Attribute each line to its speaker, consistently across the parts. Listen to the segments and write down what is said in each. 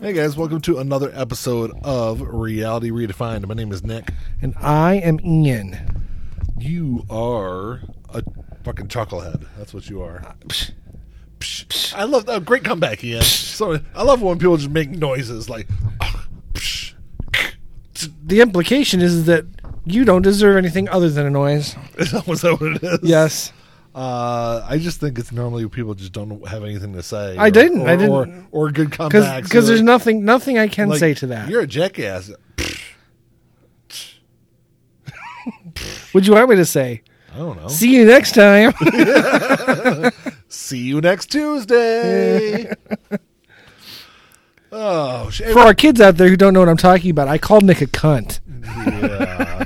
Speaker 1: Hey guys, welcome to another episode of Reality Redefined. My name is Nick.
Speaker 2: And I am Ian.
Speaker 1: You are a fucking chucklehead. That's what you
Speaker 2: Uh,
Speaker 1: are. Psh, psh. I love a great comeback, Ian. Sorry, I love when people just make noises like. psh.
Speaker 2: The implication is that you don't deserve anything other than a noise.
Speaker 1: Is that was that what it is?
Speaker 2: Yes.
Speaker 1: Uh, I just think it's normally people just don't have anything to say.
Speaker 2: I didn't, I didn't.
Speaker 1: Or, or good comebacks.
Speaker 2: Because there's
Speaker 1: Like-
Speaker 2: nothing nothing I can
Speaker 1: like,
Speaker 2: say to that.
Speaker 1: You're a jackass.
Speaker 2: Would you want me to say?
Speaker 1: I don't know.
Speaker 2: See you next time.
Speaker 1: See you next Tuesday. oh, sh-
Speaker 2: For our kids out there who don't know what I'm talking about, I called Nick a cunt.
Speaker 1: yeah.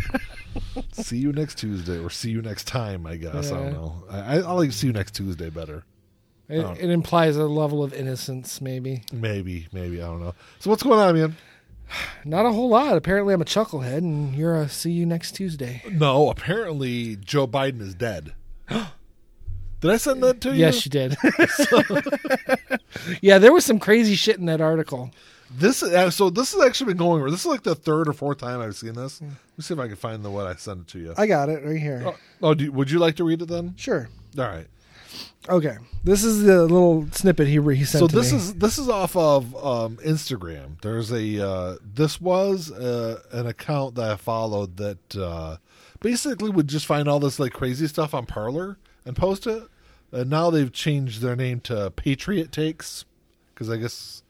Speaker 1: see you next Tuesday, or see you next time. I guess I
Speaker 2: Yeah.
Speaker 1: don't know. I, I, I like see you next Tuesday better.
Speaker 2: It,
Speaker 1: Oh.
Speaker 2: it implies a level of innocence, maybe.
Speaker 1: Maybe, maybe I don't know. So what's going on, man?
Speaker 2: Not a whole lot. Apparently, I'm a chucklehead, and you're a see you next Tuesday.
Speaker 1: No, apparently Joe Biden is dead. Did I send that to you?
Speaker 2: Yes, you did. yeah, there was some crazy shit in that article.
Speaker 1: This is- uh, so this has actually been going. This is like the third or fourth time I've seen this. Let me see if I can find the what I sent it to you.
Speaker 2: Hmm. I got it right here.
Speaker 1: oh, oh, do, you- would you like to read it then?
Speaker 2: Sure.
Speaker 1: All right.
Speaker 2: Okay, this is the little snippet he he sent.
Speaker 1: so
Speaker 2: to
Speaker 1: this
Speaker 2: me.
Speaker 1: is this is off of um, Instagram. There's a uh, this was uh, an account that I followed that uh, basically would just find all this like crazy stuff on Parlor and post it. And now they've changed their name to Patriot Takes because I guess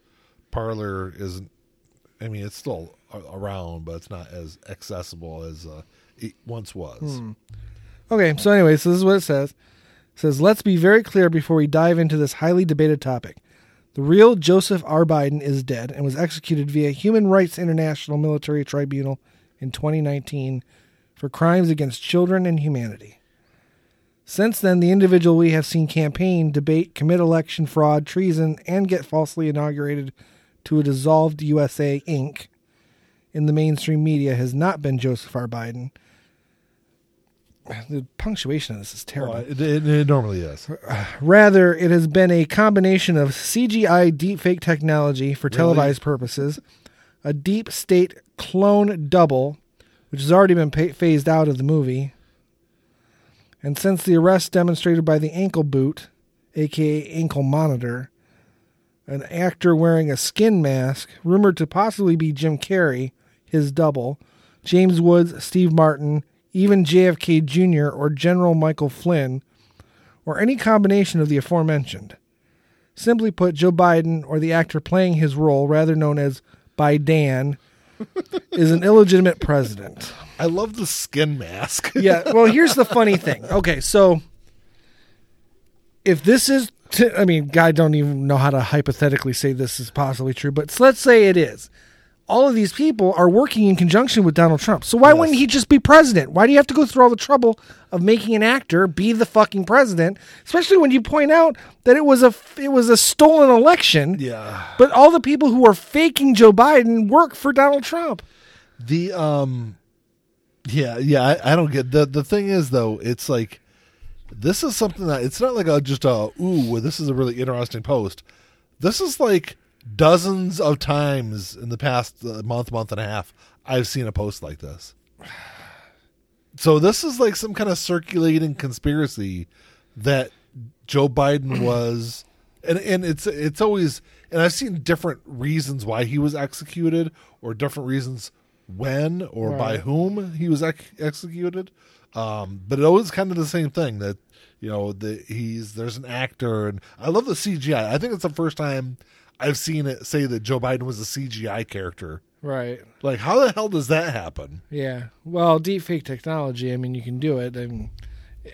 Speaker 1: Parlor isn't. I mean, it's still a- around, but it's not as accessible as uh, it once was.
Speaker 2: Hmm, okay. So anyway, so this is what it says. It says let's be very clear before we dive into this highly debated topic. The real Joseph R. Biden is dead and was executed via Human Rights International Military Tribunal in 2019 for crimes against children and humanity. Since then, the individual we have seen campaign, debate, commit election fraud, treason, and get falsely inaugurated to a dissolved USA Inc. in the mainstream media has not been Joseph R. Biden. The punctuation of this is terrible.
Speaker 1: Well, it, it, it normally is.
Speaker 2: Rather, it has been a combination of CGI deepfake technology for televised purposes, a deep state clone double, which has already been pa- phased out of the movie, and since the arrest demonstrated by the ankle boot, aka ankle monitor, an actor wearing a skin mask, rumored to possibly be Jim Carrey, his double, James Woods, Steve Martin, even JFK Jr., or General Michael Flynn or any combination of the aforementioned. Simply put, Joe Biden, or the actor playing his role, rather known as Biden, is an illegitimate president.
Speaker 1: I love the skin mask.
Speaker 2: Yeah, well, here's the funny thing. Okay, so if this is, t- I mean, I don't even know how to hypothetically say this is possibly true, but s- let's say it is. All of these people are working in conjunction with Donald Trump. So why wouldn't he just be president? Why do you have to go through all the trouble of making an actor be the fucking president? Especially when you point out that it was a f- it was a stolen election.
Speaker 1: yeah.
Speaker 2: But all the people who are faking Joe Biden work for Donald Trump.
Speaker 1: The um yeah, yeah, I, I don't get the the thing is though, it's like this is something that it's not like a just a ooh, well, this is a really interesting post. This is like dozens of times in the past uh, month, month and a half I've seen a post like this. So this is like some kind of circulating conspiracy that Joe Biden was, and and it's it's always and I've seen different reasons why he was executed or different reasons when or by whom he was ex- executed, um, but it always kind of the same thing that you know that he's there's an actor and I love the CGI. I think it's the first time I've seen it say that Joe Biden was a CGI character.
Speaker 2: Right.
Speaker 1: Like how the hell does that happen?
Speaker 2: Yeah. Well, deepfake technology, I mean, you can do it. I mean,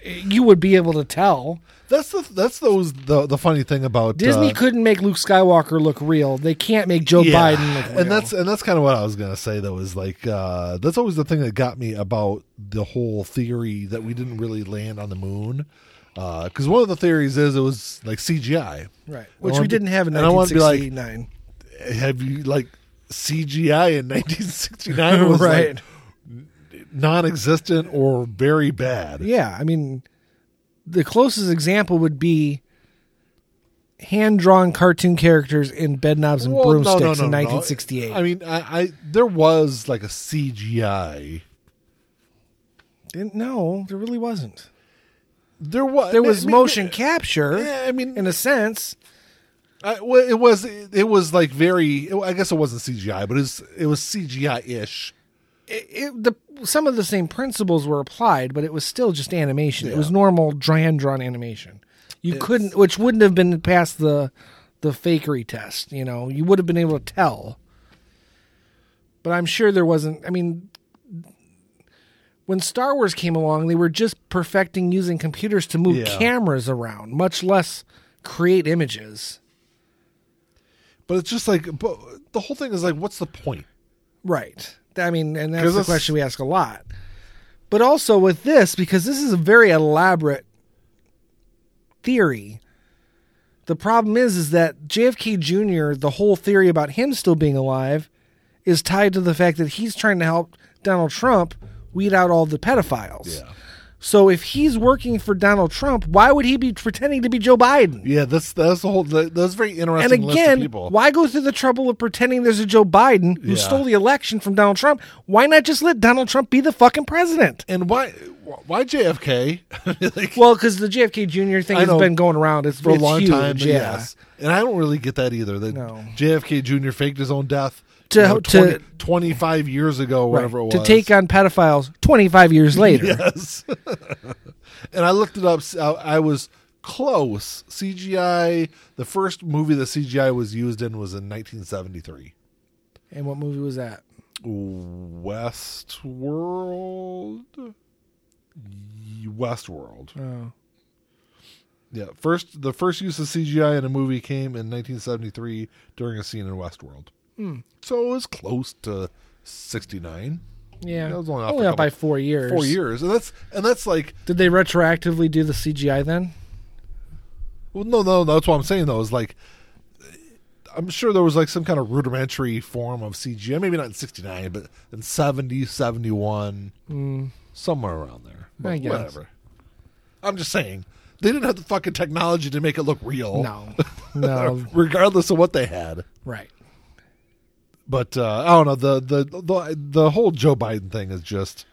Speaker 2: you would be able to tell.
Speaker 1: That's the that's those the the funny thing about
Speaker 2: Disney
Speaker 1: uh,
Speaker 2: couldn't make Luke Skywalker look real. They can't make Joe
Speaker 1: Yeah.
Speaker 2: Biden look real.
Speaker 1: And that's and that's kind of what I was gonna say though is like uh, that's always the thing that got me about the whole theory that we didn't really land on the moon because one of the theories is it was like CGI.
Speaker 2: right.
Speaker 1: I
Speaker 2: Which
Speaker 1: wanna
Speaker 2: we
Speaker 1: be-
Speaker 2: didn't have in
Speaker 1: and I wanna be like-
Speaker 2: 1969.
Speaker 1: Have you like CGI in 1969 was
Speaker 2: Right.
Speaker 1: like, non-existent or very bad?
Speaker 2: yeah. I mean, the closest example would be hand drawn cartoon characters in bedknobs and
Speaker 1: Well, no, no,
Speaker 2: broomsticks
Speaker 1: no,
Speaker 2: in
Speaker 1: no.
Speaker 2: 1968.
Speaker 1: I mean, I, I there was like a CGI.
Speaker 2: Didn't- no, there really wasn't.
Speaker 1: There was
Speaker 2: There was
Speaker 1: I mean,
Speaker 2: motion capture
Speaker 1: Yeah, I mean,
Speaker 2: in a sense.
Speaker 1: I, well, it was it was like very. I guess it wasn't CGI, but it was it was CGI ish.
Speaker 2: It, it, the some of the same principles were applied, but it was still just animation. It was normal hand drawn animation. You couldn't, which wouldn't have been past the the fakery test. You know, you would have been able to tell. But I'm sure there wasn't. I mean, when Star Wars came along, they were just perfecting using computers to move
Speaker 1: Yeah.
Speaker 2: cameras around, much less create images.
Speaker 1: But it's just like but the whole thing is like, what's the point?
Speaker 2: Right. I mean, and that's
Speaker 1: 'Cause
Speaker 2: the
Speaker 1: it's-
Speaker 2: question we ask a lot. But also with this, because this is a very elaborate theory. The problem is, is that JFK Jr. The whole theory about him still being alive is tied to the fact that he's trying to help Donald Trump weed out all the pedophiles. So if he's working for Donald Trump, why would he be pretending to be Joe Biden?
Speaker 1: yeah. That's that's the whole. That, that's very
Speaker 2: And
Speaker 1: interesting. list of
Speaker 2: again,
Speaker 1: people.
Speaker 2: why go through the trouble of pretending there's a Joe Biden who
Speaker 1: Yeah.
Speaker 2: stole the election from Donald Trump? Why not just let Donald Trump be the fucking president?
Speaker 1: and why why JFK? Like,
Speaker 2: Well, because the JFK Jr. thing
Speaker 1: I
Speaker 2: has
Speaker 1: know.
Speaker 2: been going around. It's
Speaker 1: for a
Speaker 2: it's
Speaker 1: long
Speaker 2: huge,
Speaker 1: time,
Speaker 2: yeah.
Speaker 1: yes. And I don't really get that either. That
Speaker 2: No.
Speaker 1: JFK Jr. faked his own death
Speaker 2: To-
Speaker 1: you know,
Speaker 2: to-
Speaker 1: 20 25 years ago,
Speaker 2: Right.
Speaker 1: whatever it was.
Speaker 2: To take on pedophiles 25 years later.
Speaker 1: Yes. and I looked it up. s- I, I was close. CGI. The first movie the CGI was used in was in 1973.
Speaker 2: And what movie was that?
Speaker 1: Westworld. Y- Westworld.
Speaker 2: Oh.
Speaker 1: Yeah, first the first use of CGI in a movie came in 1973 during a scene in Westworld.
Speaker 2: Hmm.
Speaker 1: So it was close to 69,
Speaker 2: Yeah.
Speaker 1: That was only
Speaker 2: only
Speaker 1: off
Speaker 2: off,
Speaker 1: a couple-
Speaker 2: by four years.
Speaker 1: four years, and that's and that's like
Speaker 2: Did they retroactively do the CGI then?
Speaker 1: well, no, no, that's what I'm saying though is like I'm sure there was like some kind of rudimentary form of CGI, maybe not in 69, but in 70, 71, somewhere around there.
Speaker 2: Mm. I guess.
Speaker 1: Whatever. I'm just saying they didn't have the fucking technology to make it look real. uh,
Speaker 2: No. No.
Speaker 1: regardless of what they had.
Speaker 2: right.
Speaker 1: but uh, I don't know the, the the the whole Joe Biden thing is just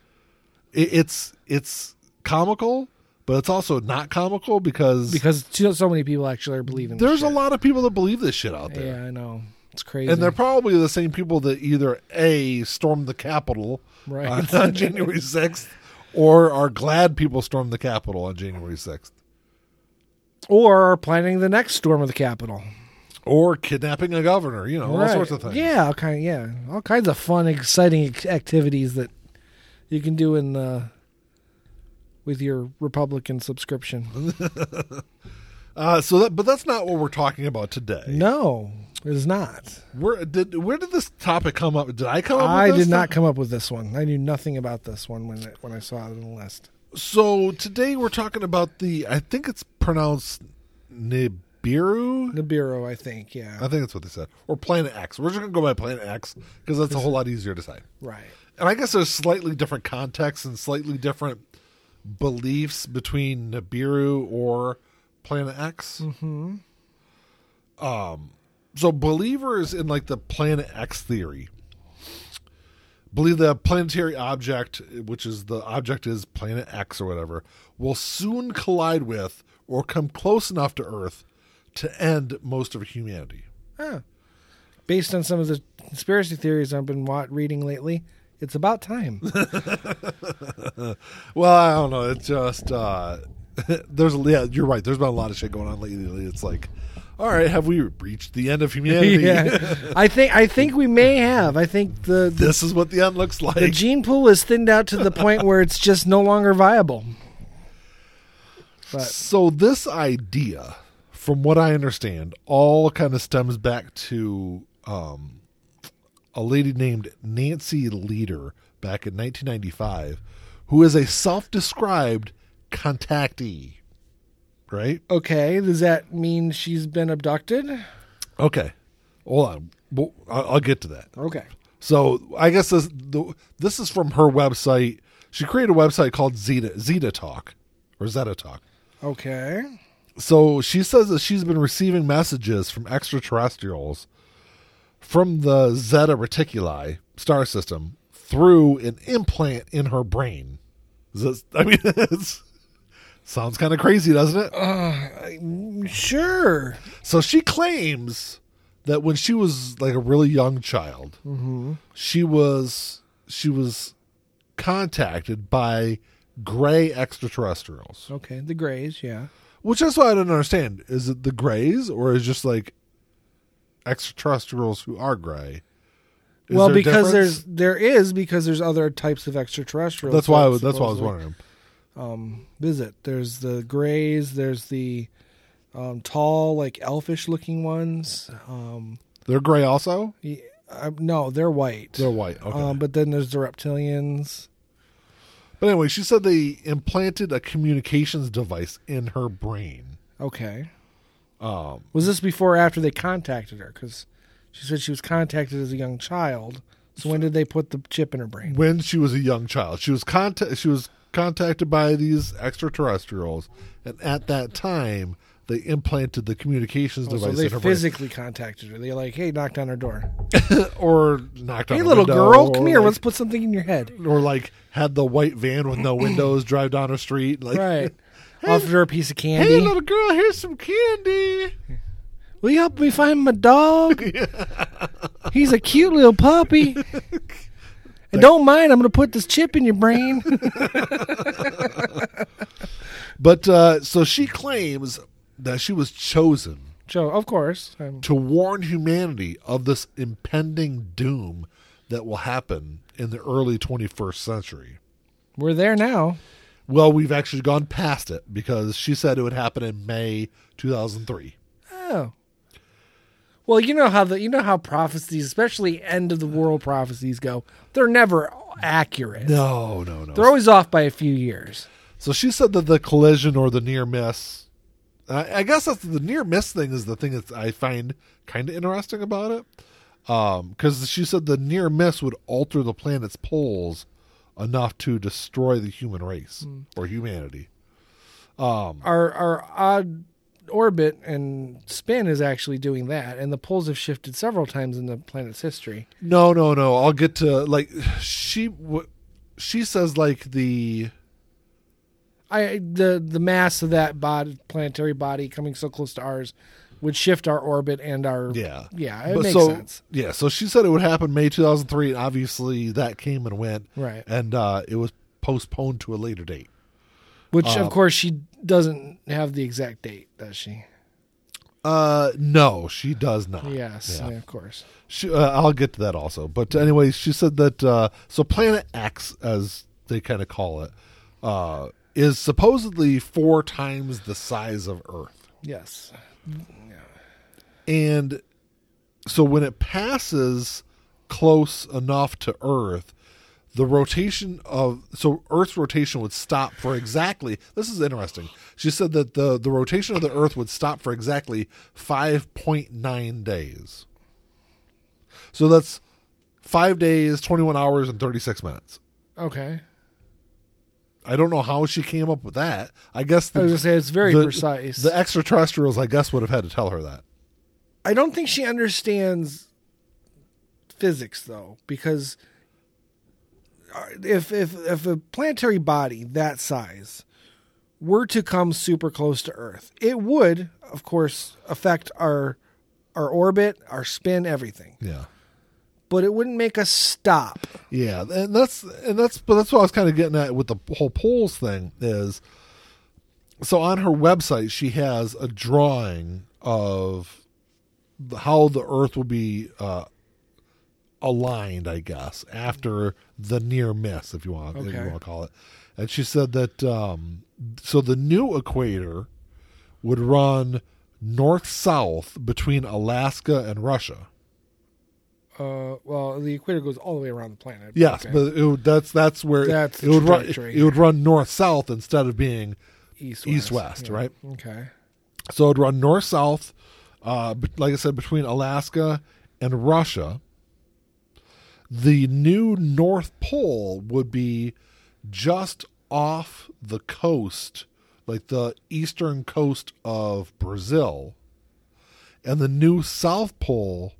Speaker 1: it, it's it's comical, but it's also not comical because,
Speaker 2: Because so so many people actually are believing this
Speaker 1: there's a
Speaker 2: shit.
Speaker 1: lot of people that believe this shit out there,
Speaker 2: Yeah, I know. It's crazy.
Speaker 1: and they're probably the same people that either a stormed the Capitol
Speaker 2: Right.
Speaker 1: on, on January sixth, or are glad people stormed the Capitol on January sixth,
Speaker 2: or are planning the next storm of the Capitol.
Speaker 1: or kidnapping a governor, you know, all
Speaker 2: Right.
Speaker 1: sorts of things.
Speaker 2: Yeah, all kind yeah, all kinds of fun, exciting ac- activities that you can do in uh, with your Republican subscription.
Speaker 1: Uh, so that, but that's not what we're talking about today.
Speaker 2: No, it is not.
Speaker 1: Where did where did this topic come up? Did I come up? With
Speaker 2: I
Speaker 1: this
Speaker 2: did
Speaker 1: topic?
Speaker 2: not come up with this one. I knew nothing about this one when it, when I saw it on the list.
Speaker 1: So today we're talking about the I think it's pronounced Nibiru.
Speaker 2: The bureau, I think. Yeah.
Speaker 1: I think that's what they said. Or Planet X. We're just gonna go by Planet X because that's a whole lot easier to say.
Speaker 2: right.
Speaker 1: And I guess there's slightly different contexts and slightly different beliefs between Nibiru or Planet X. Mm-hmm. Um, so believers in like the Planet X theory believe that a planetary object, which is the object is Planet X or whatever, will soon collide with or come close enough to Earth to end most of humanity.
Speaker 2: Based on some of the conspiracy theories I've been wa- reading lately, it's about time.
Speaker 1: Well, I don't know. It's just uh, there's yeah, you're right. There's been a lot of shit going on lately. It's like, all right, have we reached the end of humanity?
Speaker 2: yeah. I think I think we may have. I think the, the
Speaker 1: this is what the end looks like.
Speaker 2: The gene pool is thinned out to the point where it's just no longer viable. But
Speaker 1: so this idea, from what I understand, all kind of stems back to um, a lady named Nancy Leader back in 1995, who is a self-described contactee. Right?
Speaker 2: okay, does that mean she's been abducted?
Speaker 1: Okay. Hold on. Well, I- I'll get to that.
Speaker 2: Okay.
Speaker 1: So I guess this the, this is from her website. She created a website called Zeta Zeta Talk or Zeta Talk,
Speaker 2: Okay.
Speaker 1: So she says that she's been receiving messages from extraterrestrials from the Zeta Reticuli star system through an implant in her brain. Is this- I mean, it's, sounds kind of crazy, doesn't it?
Speaker 2: Sure.
Speaker 1: So she claims that when she was like a really young child,
Speaker 2: Mm-hmm.
Speaker 1: she was she was contacted by gray extraterrestrials.
Speaker 2: Okay, the Greys, yeah.
Speaker 1: Which that's why I don't understand. Is it the grays or is it just like extraterrestrials who are gray? Is
Speaker 2: well,
Speaker 1: there a
Speaker 2: because
Speaker 1: difference?
Speaker 2: there's there is because there's other types of extraterrestrials.
Speaker 1: that's why I was, that's why I was
Speaker 2: supposedly
Speaker 1: wondering.
Speaker 2: Visit. There's the Greys. There's the um, tall, like elfish looking ones. Um,
Speaker 1: They're gray also.
Speaker 2: y- uh, no, they're white.
Speaker 1: They're white. Okay.
Speaker 2: Um, but then there's the reptilians.
Speaker 1: but anyway, she said they implanted a communications device in her brain.
Speaker 2: Okay.
Speaker 1: Um,
Speaker 2: Was this before or after they contacted her? Because she said she was contacted as a young child. So when did they put the chip in her brain?
Speaker 1: when she was a young child. She was contact she was contacted by these extraterrestrials, and at that time they implanted the communications
Speaker 2: Oh,
Speaker 1: device
Speaker 2: so they
Speaker 1: in her
Speaker 2: physically contacted her. They're like, "Hey, knocked on her door.
Speaker 1: brain, or knocked on.
Speaker 2: Hey,
Speaker 1: her
Speaker 2: little
Speaker 1: window,
Speaker 2: girl,
Speaker 1: or
Speaker 2: come here.
Speaker 1: like-
Speaker 2: Let's put something in your head."
Speaker 1: or like had the white van with no windows drive down her street. Like,
Speaker 2: Right. Offered her a piece of
Speaker 1: hey,
Speaker 2: candy.
Speaker 1: little girl, here's some candy.
Speaker 2: Will you help me find my dog? He's a cute little puppy. And don't mind, I'm going to put this chip in your brain.
Speaker 1: But uh, so she claims that she was chosen
Speaker 2: so, of course. Um,
Speaker 1: to warn humanity of this impending doom that will happen in the early 21st century.
Speaker 2: we're there now.
Speaker 1: Well, we've actually gone past it because she said it would happen in May 2003.
Speaker 2: Oh. Well, you know how the you know how prophecies, especially end of the world prophecies go, they're never accurate.
Speaker 1: No, no, no.
Speaker 2: They're always off by a few years.
Speaker 1: so she said that the collision or the near miss. I, I guess that's the near miss thing is the thing that I find kind of interesting about it. Because she said the near miss would alter the planet's poles enough to destroy the human race or humanity.
Speaker 2: Our our odd orbit and spin is actually doing that and the poles have shifted several times in the planet's history.
Speaker 1: No, no, no. I'll get to like she. W- she says like the
Speaker 2: I the the mass of that body, planetary body coming so close to ours would shift our orbit and our
Speaker 1: Yeah.
Speaker 2: yeah it
Speaker 1: But
Speaker 2: makes
Speaker 1: so,
Speaker 2: sense
Speaker 1: Yeah, so she said it would happen May 2003, and obviously that came and went.
Speaker 2: Right.
Speaker 1: And uh, it was postponed to a later date.
Speaker 2: which
Speaker 1: uh,
Speaker 2: of course she doesn't have the exact date does she
Speaker 1: Uh, no, she does not.
Speaker 2: yes
Speaker 1: Yeah.
Speaker 2: of course
Speaker 1: She, uh, I'll get to that also. But anyway, she said that uh, so Planet X, as they kind of call it, uh, is supposedly four times the size of Earth.
Speaker 2: yes
Speaker 1: And so when it passes close enough to Earth, the rotation of so Earth's rotation would stop for exactly this is interesting. She said that the, the rotation of the Earth would stop for exactly five point nine days. So that's five days, twenty one hours and thirty six minutes.
Speaker 2: okay
Speaker 1: I don't know how she came up with that. I guess the,
Speaker 2: I was gonna say it's very
Speaker 1: the-
Speaker 2: precise
Speaker 1: The extraterrestrials, I guess, would have had to tell her that.
Speaker 2: I don't think she understands physics though, because uh, if if if a planetary body that size were to come super close to Earth, it would, of course, affect our our orbit, our spin, everything.
Speaker 1: Yeah.
Speaker 2: But it wouldn't make us stop.
Speaker 1: Yeah, and that's and that's but that's what I was kind of getting at with the whole polls thing is. So on her website, she has a drawing of the- how the Earth will be uh, aligned, I guess, after the near miss, if you want, if you
Speaker 2: Okay.
Speaker 1: want to call it. And she said that um, so the new equator would run north south between Alaska and Russia.
Speaker 2: Uh, well, the equator goes all the way around the planet.
Speaker 1: Yes,
Speaker 2: Okay.
Speaker 1: but it, would- that's that's where
Speaker 2: That's the
Speaker 1: it would run.
Speaker 2: trajectory.
Speaker 1: It would run north south instead of being
Speaker 2: east
Speaker 1: east west,
Speaker 2: Yeah.
Speaker 1: right?
Speaker 2: Okay.
Speaker 1: So it'd run north south. Uh, bet- like I said, between Alaska and Russia, the new North Pole would be just off the coast, like the eastern coast of Brazil, and the new South Pole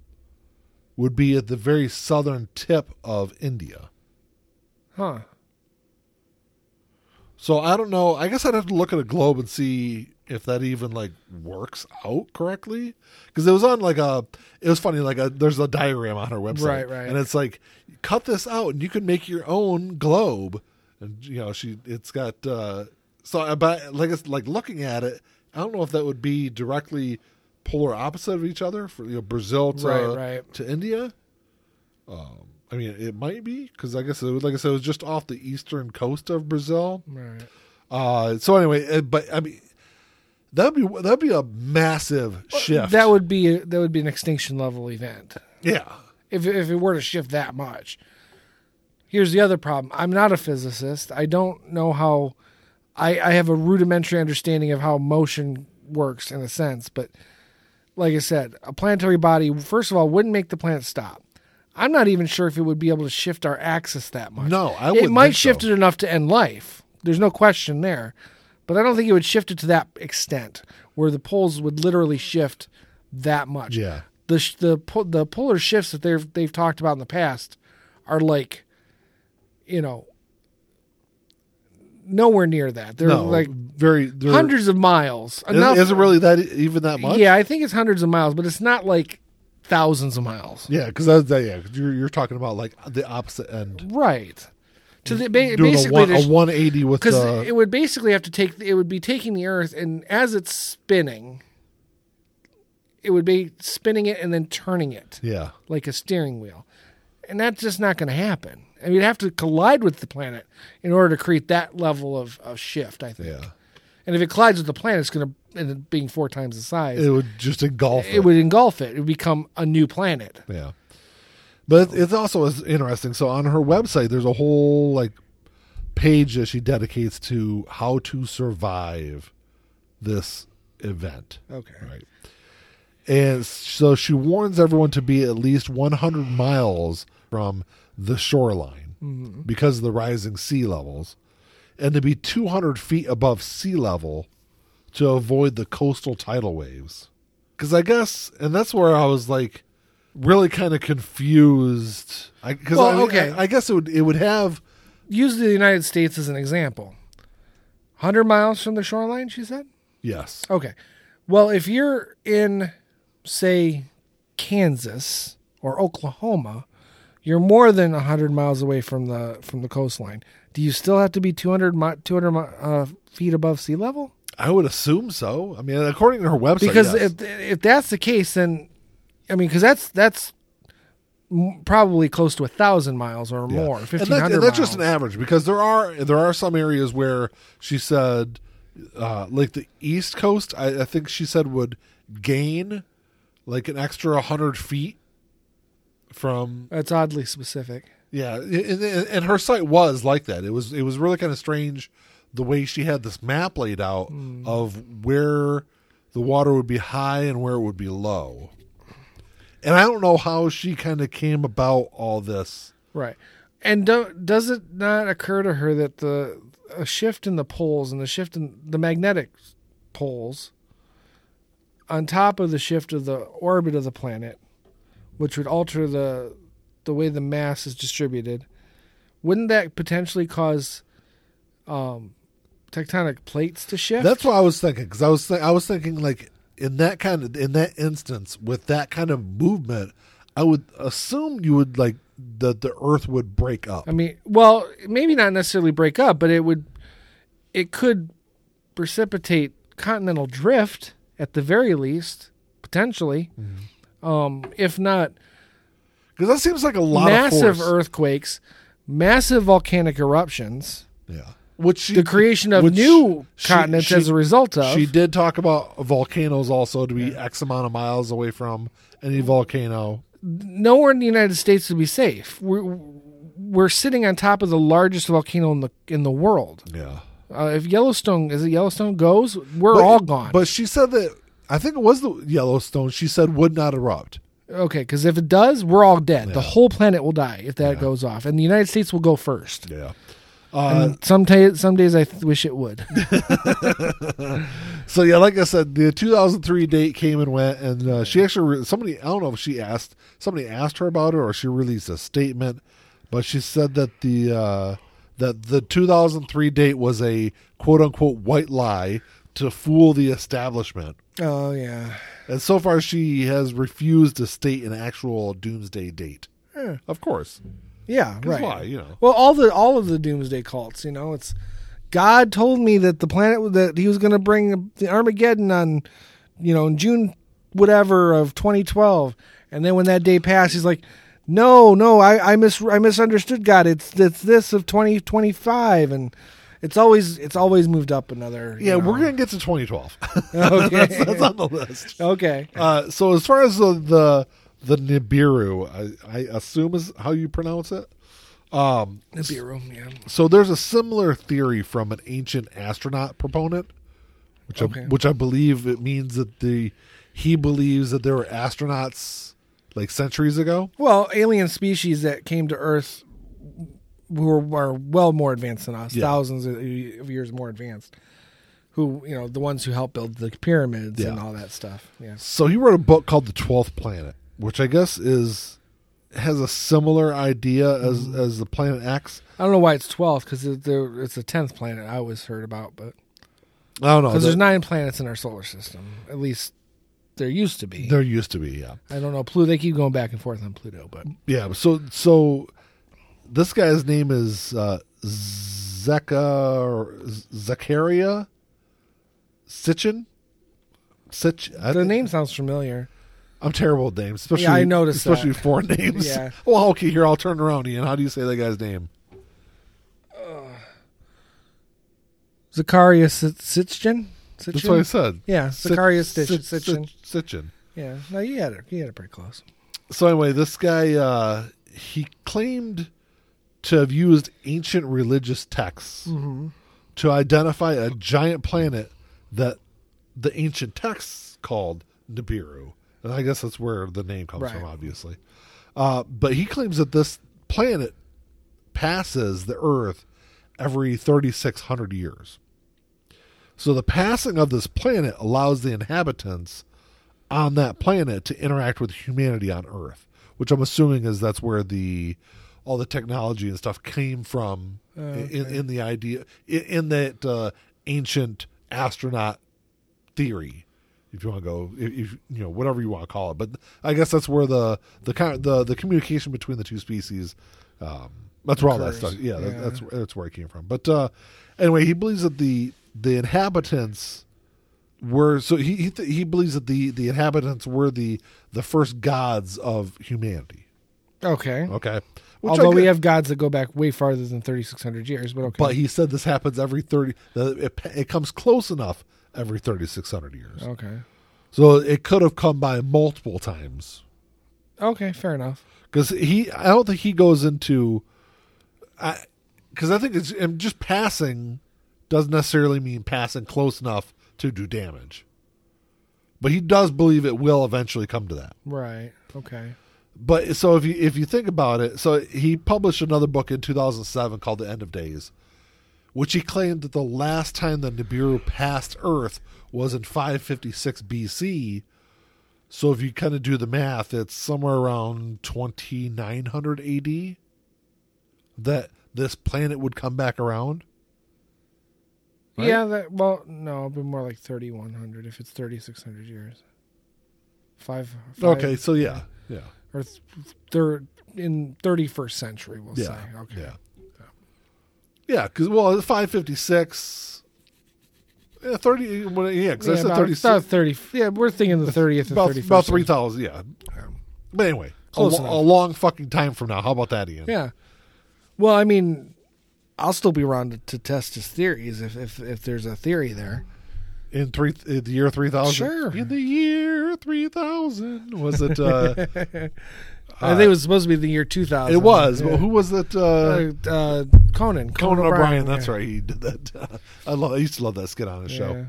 Speaker 1: would be at the very southern tip of India.
Speaker 2: Huh.
Speaker 1: So I don't know. I guess I'd have to look at a globe and see if that even like works out correctly. Because it was on like a, it was funny. Like a, there's a diagram on her website,
Speaker 2: Right, right.
Speaker 1: And it's like cut this out and you can make your own globe. And you know she, it's got. uh So, but like it's like looking at it, I don't know if that would be directly polar opposite of each other for you know, Brazil to
Speaker 2: Right, right.
Speaker 1: to India. Um, I mean, it might be because I guess it was, like I said, it was just off the eastern coast of Brazil.
Speaker 2: Right.
Speaker 1: Uh, so anyway, uh, but I mean, that'd be that'd be a massive shift.
Speaker 2: That would be that would be an extinction level event
Speaker 1: yeah,
Speaker 2: if if it were to shift that much. Here's the other problem. I'm not a physicist. I don't know how. I I have a rudimentary understanding of how motion works in a sense, but like I said, a planetary body first of all wouldn't make the planet stop. I'm not even sure if it would be able to shift our axis that much.
Speaker 1: no, I
Speaker 2: it
Speaker 1: wouldn't
Speaker 2: might
Speaker 1: think
Speaker 2: shift
Speaker 1: so.
Speaker 2: it enough to end life. There's no question there, but I don't think it would shift it to that extent where the poles would literally shift that much.
Speaker 1: Yeah,
Speaker 2: The sh- the po- the polar shifts that they've they've talked about in the past are like, you know, nowhere near that. They're
Speaker 1: no,
Speaker 2: like
Speaker 1: very they're-
Speaker 2: hundreds of miles.
Speaker 1: Is,
Speaker 2: Enough-
Speaker 1: is it really that e, even that much?
Speaker 2: Yeah, I think it's hundreds of miles, but it's not like thousands of miles.
Speaker 1: yeah, because that's that, yeah, 'cause you're you're talking about like the opposite end,
Speaker 2: Right. To the ba-
Speaker 1: doing a,
Speaker 2: basically
Speaker 1: one,
Speaker 2: to sh-
Speaker 1: a 180 with uh,
Speaker 2: because
Speaker 1: the
Speaker 2: it would basically have to take it would be taking the earth and as it's spinning it would be spinning it and then turning it
Speaker 1: yeah,
Speaker 2: like a steering wheel and that's just not going to happen I mean, you'd have to collide with the planet in order to create that level of, of shift i think
Speaker 1: yeah.
Speaker 2: and if it collides with the planet it's going to end up being four times the size
Speaker 1: It
Speaker 2: it,
Speaker 1: would just engulf. It,
Speaker 2: would engulf it it would become a new planet
Speaker 1: Yeah. But it's- it's also is interesting. So on her website, there's a whole like page that she dedicates to how to survive this event.
Speaker 2: okay
Speaker 1: Right. And so she warns everyone to be at least 100 miles from the shoreline
Speaker 2: Mm-hmm.
Speaker 1: because of the rising sea levels and to be 200 feet above sea level to avoid the coastal tidal waves. Because I guess, and that's where I was like really kind of confused. I, cause
Speaker 2: Well,
Speaker 1: I, mean,
Speaker 2: okay.
Speaker 1: I, I guess it would, it would have,
Speaker 2: use the united states as an example 100 miles from the shoreline she said
Speaker 1: yes.
Speaker 2: Okay. Well, if you're in, say, Kansas or Oklahoma, you're more than 100 miles away from the from the coastline. Do you still have to be 200 mi- 200 mi- uh, feet above sea level?
Speaker 1: I would assume so. I mean, according to her website,
Speaker 2: Because
Speaker 1: yes.
Speaker 2: if if that's the case, then I mean, because that's that's m- probably close to a thousand miles or
Speaker 1: Yeah.
Speaker 2: more,
Speaker 1: And that-
Speaker 2: fifteen hundred.
Speaker 1: and that's just an
Speaker 2: miles.
Speaker 1: average because there are there are some areas where she said, uh, like the East Coast, I, I think she said would gain like an extra hundred feet from
Speaker 2: That's oddly specific.
Speaker 1: yeah, and, and- and her site was like that. It was it was really kind of strange the way she had this map laid out
Speaker 2: Hmm.
Speaker 1: of where the water would be high and where it would be low. And I don't know how she kind of came about all this.
Speaker 2: Right. And do, does it not occur to her that the a shift in the poles and the shift in the magnetic poles on top of the shift of the orbit of the planet, which would alter the the way the mass is distributed, wouldn't that potentially cause um, tectonic plates to shift?
Speaker 1: That's what I was thinking because I was th- I was thinking like in that kind of in that instance with that kind of movement, I would assume you would like that the Earth would break up.
Speaker 2: I mean, well, maybe not necessarily break up, but it would, it could precipitate continental drift at the very least, potentially. Um, if not
Speaker 1: Because that seems like Mm-hmm. a lot of
Speaker 2: massive
Speaker 1: force.
Speaker 2: earthquakes, massive volcanic eruptions,
Speaker 1: yeah, which she,
Speaker 2: the creation of
Speaker 1: which
Speaker 2: new
Speaker 1: she-
Speaker 2: continents
Speaker 1: she-
Speaker 2: as a result of.
Speaker 1: She did talk about volcanoes also to be X amount of miles away from any volcano.
Speaker 2: nowhere in the United States would be safe. We're we're sitting on top of the largest volcano in the in the world.
Speaker 1: Yeah,
Speaker 2: Uh, if Yellowstone is it Yellowstone goes, we're
Speaker 1: But-
Speaker 2: all gone.
Speaker 1: But she said that I think it was the Yellowstone. She said would not erupt.
Speaker 2: Okay, because if it does, we're all dead. The whole planet will die if that goes off, and the United States will go first.
Speaker 1: Yeah. Uh,
Speaker 2: And some, ta- some days I th- wish it would.
Speaker 1: so yeah, like I said, the 2003 date came and went, and uh, she actually re- somebody I don't know if she asked somebody asked her about it or she released a statement, but she said that the uh, that the 2003 date was a quote unquote white lie to fool the establishment.
Speaker 2: oh, yeah.
Speaker 1: And so far, she has refused to state an actual doomsday date.
Speaker 2: Yeah.
Speaker 1: Of course,
Speaker 2: Yeah,
Speaker 1: 'Cause
Speaker 2: right.
Speaker 1: why? You know,
Speaker 2: Well, all the all of the doomsday cults, you know, it's God told me that the planet that he was going to bring the Armageddon on, you know, in June whatever of 2012, and then when that day passed, he's like, "No, no, I I mis I misunderstood God. It's it's this of 2025 and it's always it's always moved up another. you
Speaker 1: yeah,
Speaker 2: know.
Speaker 1: we're gonna get to 2012. that's,
Speaker 2: okay.
Speaker 1: that's on the list.
Speaker 2: okay.
Speaker 1: Uh, so as far as the the, the Nibiru, I, I assume is how you pronounce it. Um,
Speaker 2: It'd be a room, yeah.
Speaker 1: so there's a similar theory from an ancient astronaut proponent, which I,
Speaker 2: Okay.
Speaker 1: which I believe it means that the he believes that there were astronauts like centuries ago.
Speaker 2: Well, alien species that came to Earth who are, are well more advanced than us,
Speaker 1: Yeah.
Speaker 2: thousands of of years more advanced. Who you know, the ones who helped build the pyramids and
Speaker 1: Yeah.
Speaker 2: all that stuff. Yeah.
Speaker 1: So he wrote a book called The Twelfth Planet, which I guess is has a similar idea as
Speaker 2: Mm-hmm.
Speaker 1: as the Planet X.
Speaker 2: I don't know why it's twelfth because it, there- it's the tenth planet I always heard about, but
Speaker 1: I don't know.
Speaker 2: because
Speaker 1: There,
Speaker 2: there's nine planets in our solar system, at least there used to be.
Speaker 1: there used to be, yeah.
Speaker 2: I don't know Pluto. They keep going back and forth on Pluto, but
Speaker 1: Yeah, so so this guy's name is uh Zeka or Z- Zakaria Sitchin. Sitch I,
Speaker 2: the name sounds familiar.
Speaker 1: I'm terrible at names, especially
Speaker 2: Yeah, I noticed
Speaker 1: especially
Speaker 2: that.
Speaker 1: foreign names.
Speaker 2: Yeah.
Speaker 1: Well, okay, here I'll turn around, Ian. How do you say that guy's name?
Speaker 2: Zakaria Sit- Sitchin.
Speaker 1: That's what I
Speaker 2: Sitchin.
Speaker 1: said.
Speaker 2: Yeah, Zakaria
Speaker 1: Sit-
Speaker 2: Stitch-
Speaker 1: Sit-
Speaker 2: Sitchin.
Speaker 1: Sit- Sitchin.
Speaker 2: Yeah. No, you had it. You had it pretty close.
Speaker 1: So anyway, this guy uh he claimed to have used ancient religious texts to identify a giant planet that the ancient texts called Nibiru. And I guess that's where the name comes
Speaker 2: Right.
Speaker 1: from, obviously. Uh, but he claims that this planet passes the Earth every 3,600 years. So the passing of this planet allows the inhabitants on that planet to interact with humanity on Earth, which I'm assuming is that's where the all the technology and stuff came from
Speaker 2: Oh,
Speaker 1: in, in the idea in, in that uh, ancient astronaut theory, if you want to go, if, if- you know whatever you want to call it. But I guess that's where the the kind of- the the communication between the two species. Um, that's where all that
Speaker 2: Occurs.
Speaker 1: stuff. Yeah, that-
Speaker 2: Yeah.
Speaker 1: that's that's where it came from. But uh, anyway, he believes that the the inhabitants were so he he, th- he believes that the the inhabitants were the the first gods of humanity.
Speaker 2: Okay.
Speaker 1: Okay, Which I
Speaker 2: Although we
Speaker 1: get-
Speaker 2: have gods that go back way farther than 3,600 years, but okay.
Speaker 1: but he said this happens every thirty. that It, it comes close enough every thirty six hundred years.
Speaker 2: okay.
Speaker 1: So it could have come by multiple times
Speaker 2: Okay, fair enough.
Speaker 1: because he. I don't think he goes into. I because I think it's and just passing doesn't necessarily mean passing close enough to do damage. But he does believe it will eventually come to that.
Speaker 2: Right. Okay.
Speaker 1: But so if you if you think about it, so he published another book in 2007 called The End of Days, which he claimed that the last time the Nibiru passed Earth was in 556 BC. So if you kind of do the math, it's somewhere around 2900 AD that this planet would come back around. Right?
Speaker 2: Yeah, that, well, no, but more like 3,100 if it's 3,600 years. Five, five-
Speaker 1: Okay, so yeah, yeah.
Speaker 2: Or th- third, in 31st century, we'll
Speaker 1: Yeah.
Speaker 2: say. Okay.
Speaker 1: Yeah. Yeah, because well, it's five fifty six. Yeah, thirty. When, yeah, because
Speaker 2: Yeah,
Speaker 1: I said
Speaker 2: about,
Speaker 1: thirty
Speaker 2: about
Speaker 1: six.
Speaker 2: 30 yeah, we're thinking the 30th and
Speaker 1: About,
Speaker 2: 31st.
Speaker 1: about three thousand. Yeah. But anyway, a,
Speaker 2: Close
Speaker 1: lo-
Speaker 2: enough.
Speaker 1: a long fucking time from now. How about that, Ian?
Speaker 2: Yeah. Well, I mean, I'll still be around to, to test his theories if, if, if there's a theory there.
Speaker 1: In three, in the year three thousand.
Speaker 2: Sure.
Speaker 1: In the year three thousand, was it? Uh,
Speaker 2: I think it was supposed to be the year 2000.
Speaker 1: it was. But
Speaker 2: Yeah.
Speaker 1: who was it? Uh,
Speaker 2: Uh, uh, Conan. Conan,
Speaker 1: Conan O'Brien. That's
Speaker 2: yeah.
Speaker 1: right. He did that. I love. I used to love that skit on his show.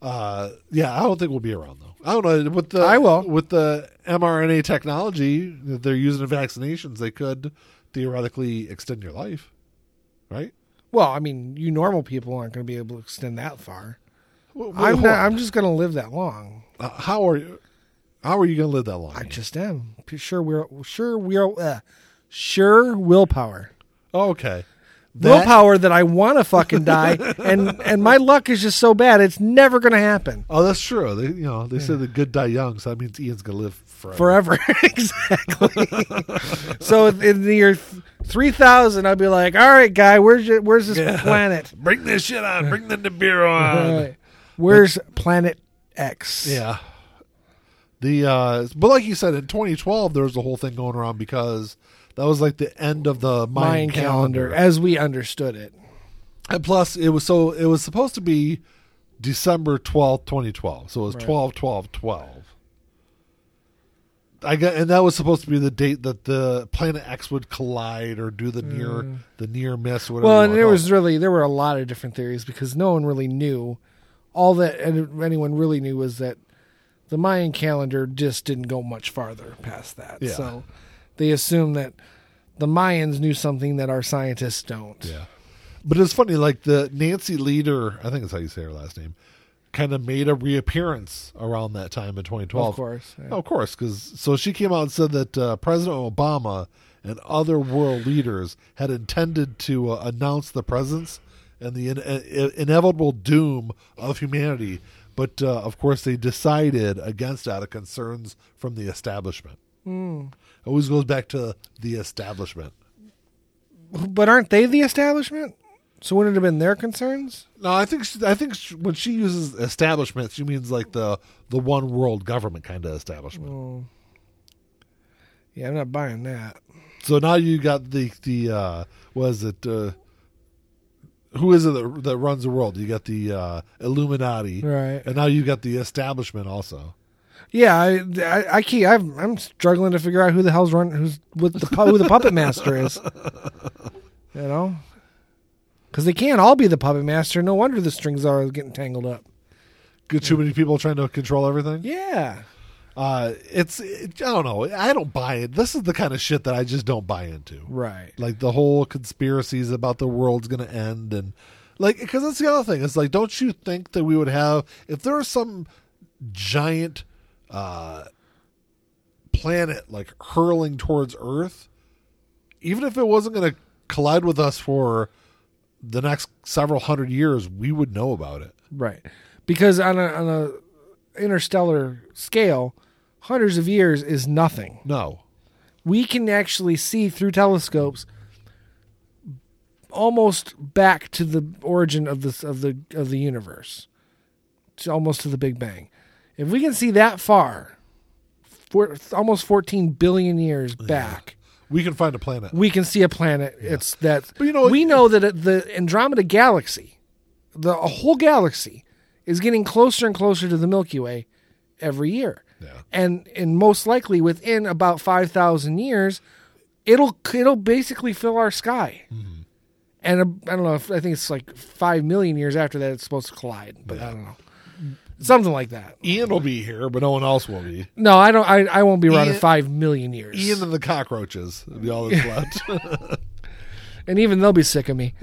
Speaker 2: Yeah.
Speaker 1: Uh, yeah, I don't think we'll be around though. I don't know with the
Speaker 2: I will.
Speaker 1: with the mRNA technology that they're using in vaccinations. They could theoretically extend your life, right?
Speaker 2: Well, I mean, you normal people aren't going to be able to extend that far.
Speaker 1: Wait,
Speaker 2: I'm
Speaker 1: hold
Speaker 2: not,
Speaker 1: on.
Speaker 2: I'm just going to live that long.
Speaker 1: Uh, how are you? How are you going to live that long?
Speaker 2: I just am. P- Sure, we're sure we're uh, sure willpower.
Speaker 1: Oh, okay.
Speaker 2: willpower that I want to fucking die, and and my luck is just so bad it's never going to happen
Speaker 1: Oh, that's true. They, you know, they say the good die young, so that means Ian's gonna live forever.
Speaker 2: forever. exactly. so in the year three thousand, I'll be like, all right, guy, where's your, where's this
Speaker 1: Yeah.
Speaker 2: planet?
Speaker 1: Bring this shit on. Bring the beer
Speaker 2: All
Speaker 1: on.
Speaker 2: right. Where's planet X?
Speaker 1: Yeah. The uh, but like you said, in 2012, there was a whole thing going around because that was like the end of the Mayan
Speaker 2: Mayan calendar, as we understood it.
Speaker 1: And plus, it was so it was supposed to be December twelfth, twenty twelve. So it was
Speaker 2: Right.
Speaker 1: twelve, twelve, twelve. I got, and that was supposed to be the date that the planet X would collide or do the near the near miss. Whatever
Speaker 2: Mm. Well,
Speaker 1: you
Speaker 2: and
Speaker 1: wanna
Speaker 2: there
Speaker 1: call it.
Speaker 2: was really there were a lot of different theories because no one really knew. All that an- anyone really knew was that the Mayan calendar just didn't go much farther past that.
Speaker 1: Yeah.
Speaker 2: So they assumed that the Mayans knew something that our scientists don't.
Speaker 1: Yeah. But it's funny, like the Nancy Leader, I think that's how you say her last name, kind of made a reappearance around that time in 2012.
Speaker 2: Of course. yeah.
Speaker 1: Oh, of course, because so she came out and said that uh, President Obama and other world leaders had intended to uh, announce the presence and the in- uh, inevitable doom of humanity, but uh, of course they decided against out of concerns from the establishment.
Speaker 2: Hmm.
Speaker 1: Always goes back to the establishment.
Speaker 2: But aren't they the establishment? So wouldn't it have been their concerns?
Speaker 1: No, I think she, I think she, when she uses establishment, she means like the the one world government kind of establishment.
Speaker 2: Oh. Yeah, I'm not buying that.
Speaker 1: So now you got the the uh, was it uh, who is it that, that runs the world? You got the uh, Illuminati,
Speaker 2: Right.
Speaker 1: and now you got the establishment also.
Speaker 2: Yeah, I, I, I keep, I've, I'm struggling to figure out who the hell's run, who's with the pu- who the puppet master is. You know, because they can't all be the puppet master. No wonder the strings are getting tangled up.
Speaker 1: Got too many people trying to control everything.
Speaker 2: Yeah,
Speaker 1: Uh, it's it, I don't know. I don't buy it. This is the kind of shit that I just don't buy into.
Speaker 2: right.
Speaker 1: like the whole conspiracies about the world's going to end and like because that's the other thing it's like don't you think that we would have if there was some giant uh planet like hurling towards earth even if it wasn't going to collide with us for the next several hundred years we would know about it
Speaker 2: Right. Because on a on a interstellar scale, hundreds of years is nothing.
Speaker 1: no
Speaker 2: We can actually see through telescopes almost back to the origin of this of the of the universe. To almost to the Big Bang. If we can see that far, for, almost 14 billion years back,
Speaker 1: we can find a planet
Speaker 2: we can see a planet. It's that
Speaker 1: But you know-
Speaker 2: we know that it- the Andromeda galaxy, the a whole galaxy, is getting closer and closer to the Milky Way every year,
Speaker 1: yeah
Speaker 2: and and most likely within about five thousand years, it'll it'll basically fill our sky.
Speaker 1: Mm-hmm.
Speaker 2: And uh, I don't know. If, I think it's like five million years after that it's supposed to collide, but I don't know, something like that.
Speaker 1: ian will be here but no one else will be
Speaker 2: No, I don't. I, I won't be around in
Speaker 1: Ian-
Speaker 2: five million years.
Speaker 1: ian and the cockroaches will be all that's left
Speaker 2: and even they'll be sick of me.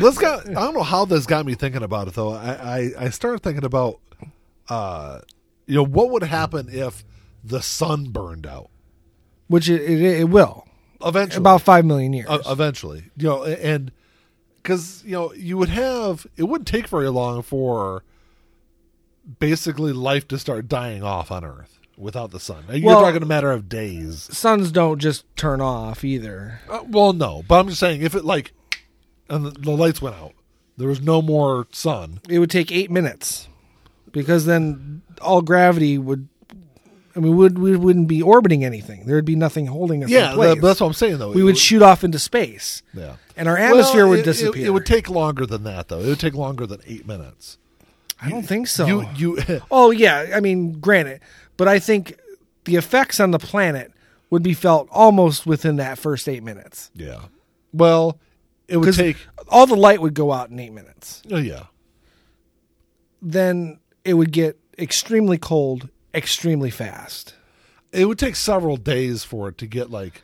Speaker 1: Let's go. I don't know how this got me thinking about it though. I I, I started thinking about, uh, you know, what would happen if the sun burned out
Speaker 2: Which it, it, it will.
Speaker 1: eventually?
Speaker 2: about five million years.
Speaker 1: Uh, eventually, you know, a- and because you know you would have it wouldn't take very long for basically life to start dying off on Earth without the sun. You're
Speaker 2: Well-
Speaker 1: talking a matter of days.
Speaker 2: Suns don't just turn off either.
Speaker 1: Uh, well, no, but I'm just saying if it like and the, the lights went out, there was no more sun.
Speaker 2: It would take eight minutes because then all gravity would. I mean, would we wouldn't be orbiting anything? There'd be nothing holding us.
Speaker 1: Yeah,
Speaker 2: in place.
Speaker 1: that, that's what I'm saying though.
Speaker 2: we would shoot off into space,
Speaker 1: Yeah.
Speaker 2: and our atmosphere
Speaker 1: Well,
Speaker 2: would
Speaker 1: it- it-
Speaker 2: disappear.
Speaker 1: It, would take longer than that, though. It would take longer than eight minutes.
Speaker 2: I don't think so.
Speaker 1: You, you,
Speaker 2: oh yeah, I mean, granted, but I think the effects on the planet would be felt almost within that first eight minutes
Speaker 1: yeah. Well, it would
Speaker 2: because
Speaker 1: take.
Speaker 2: all the light would go out in eight minutes.
Speaker 1: Oh, yeah,
Speaker 2: Then it would get extremely cold, extremely fast.
Speaker 1: it would take several days for it to get like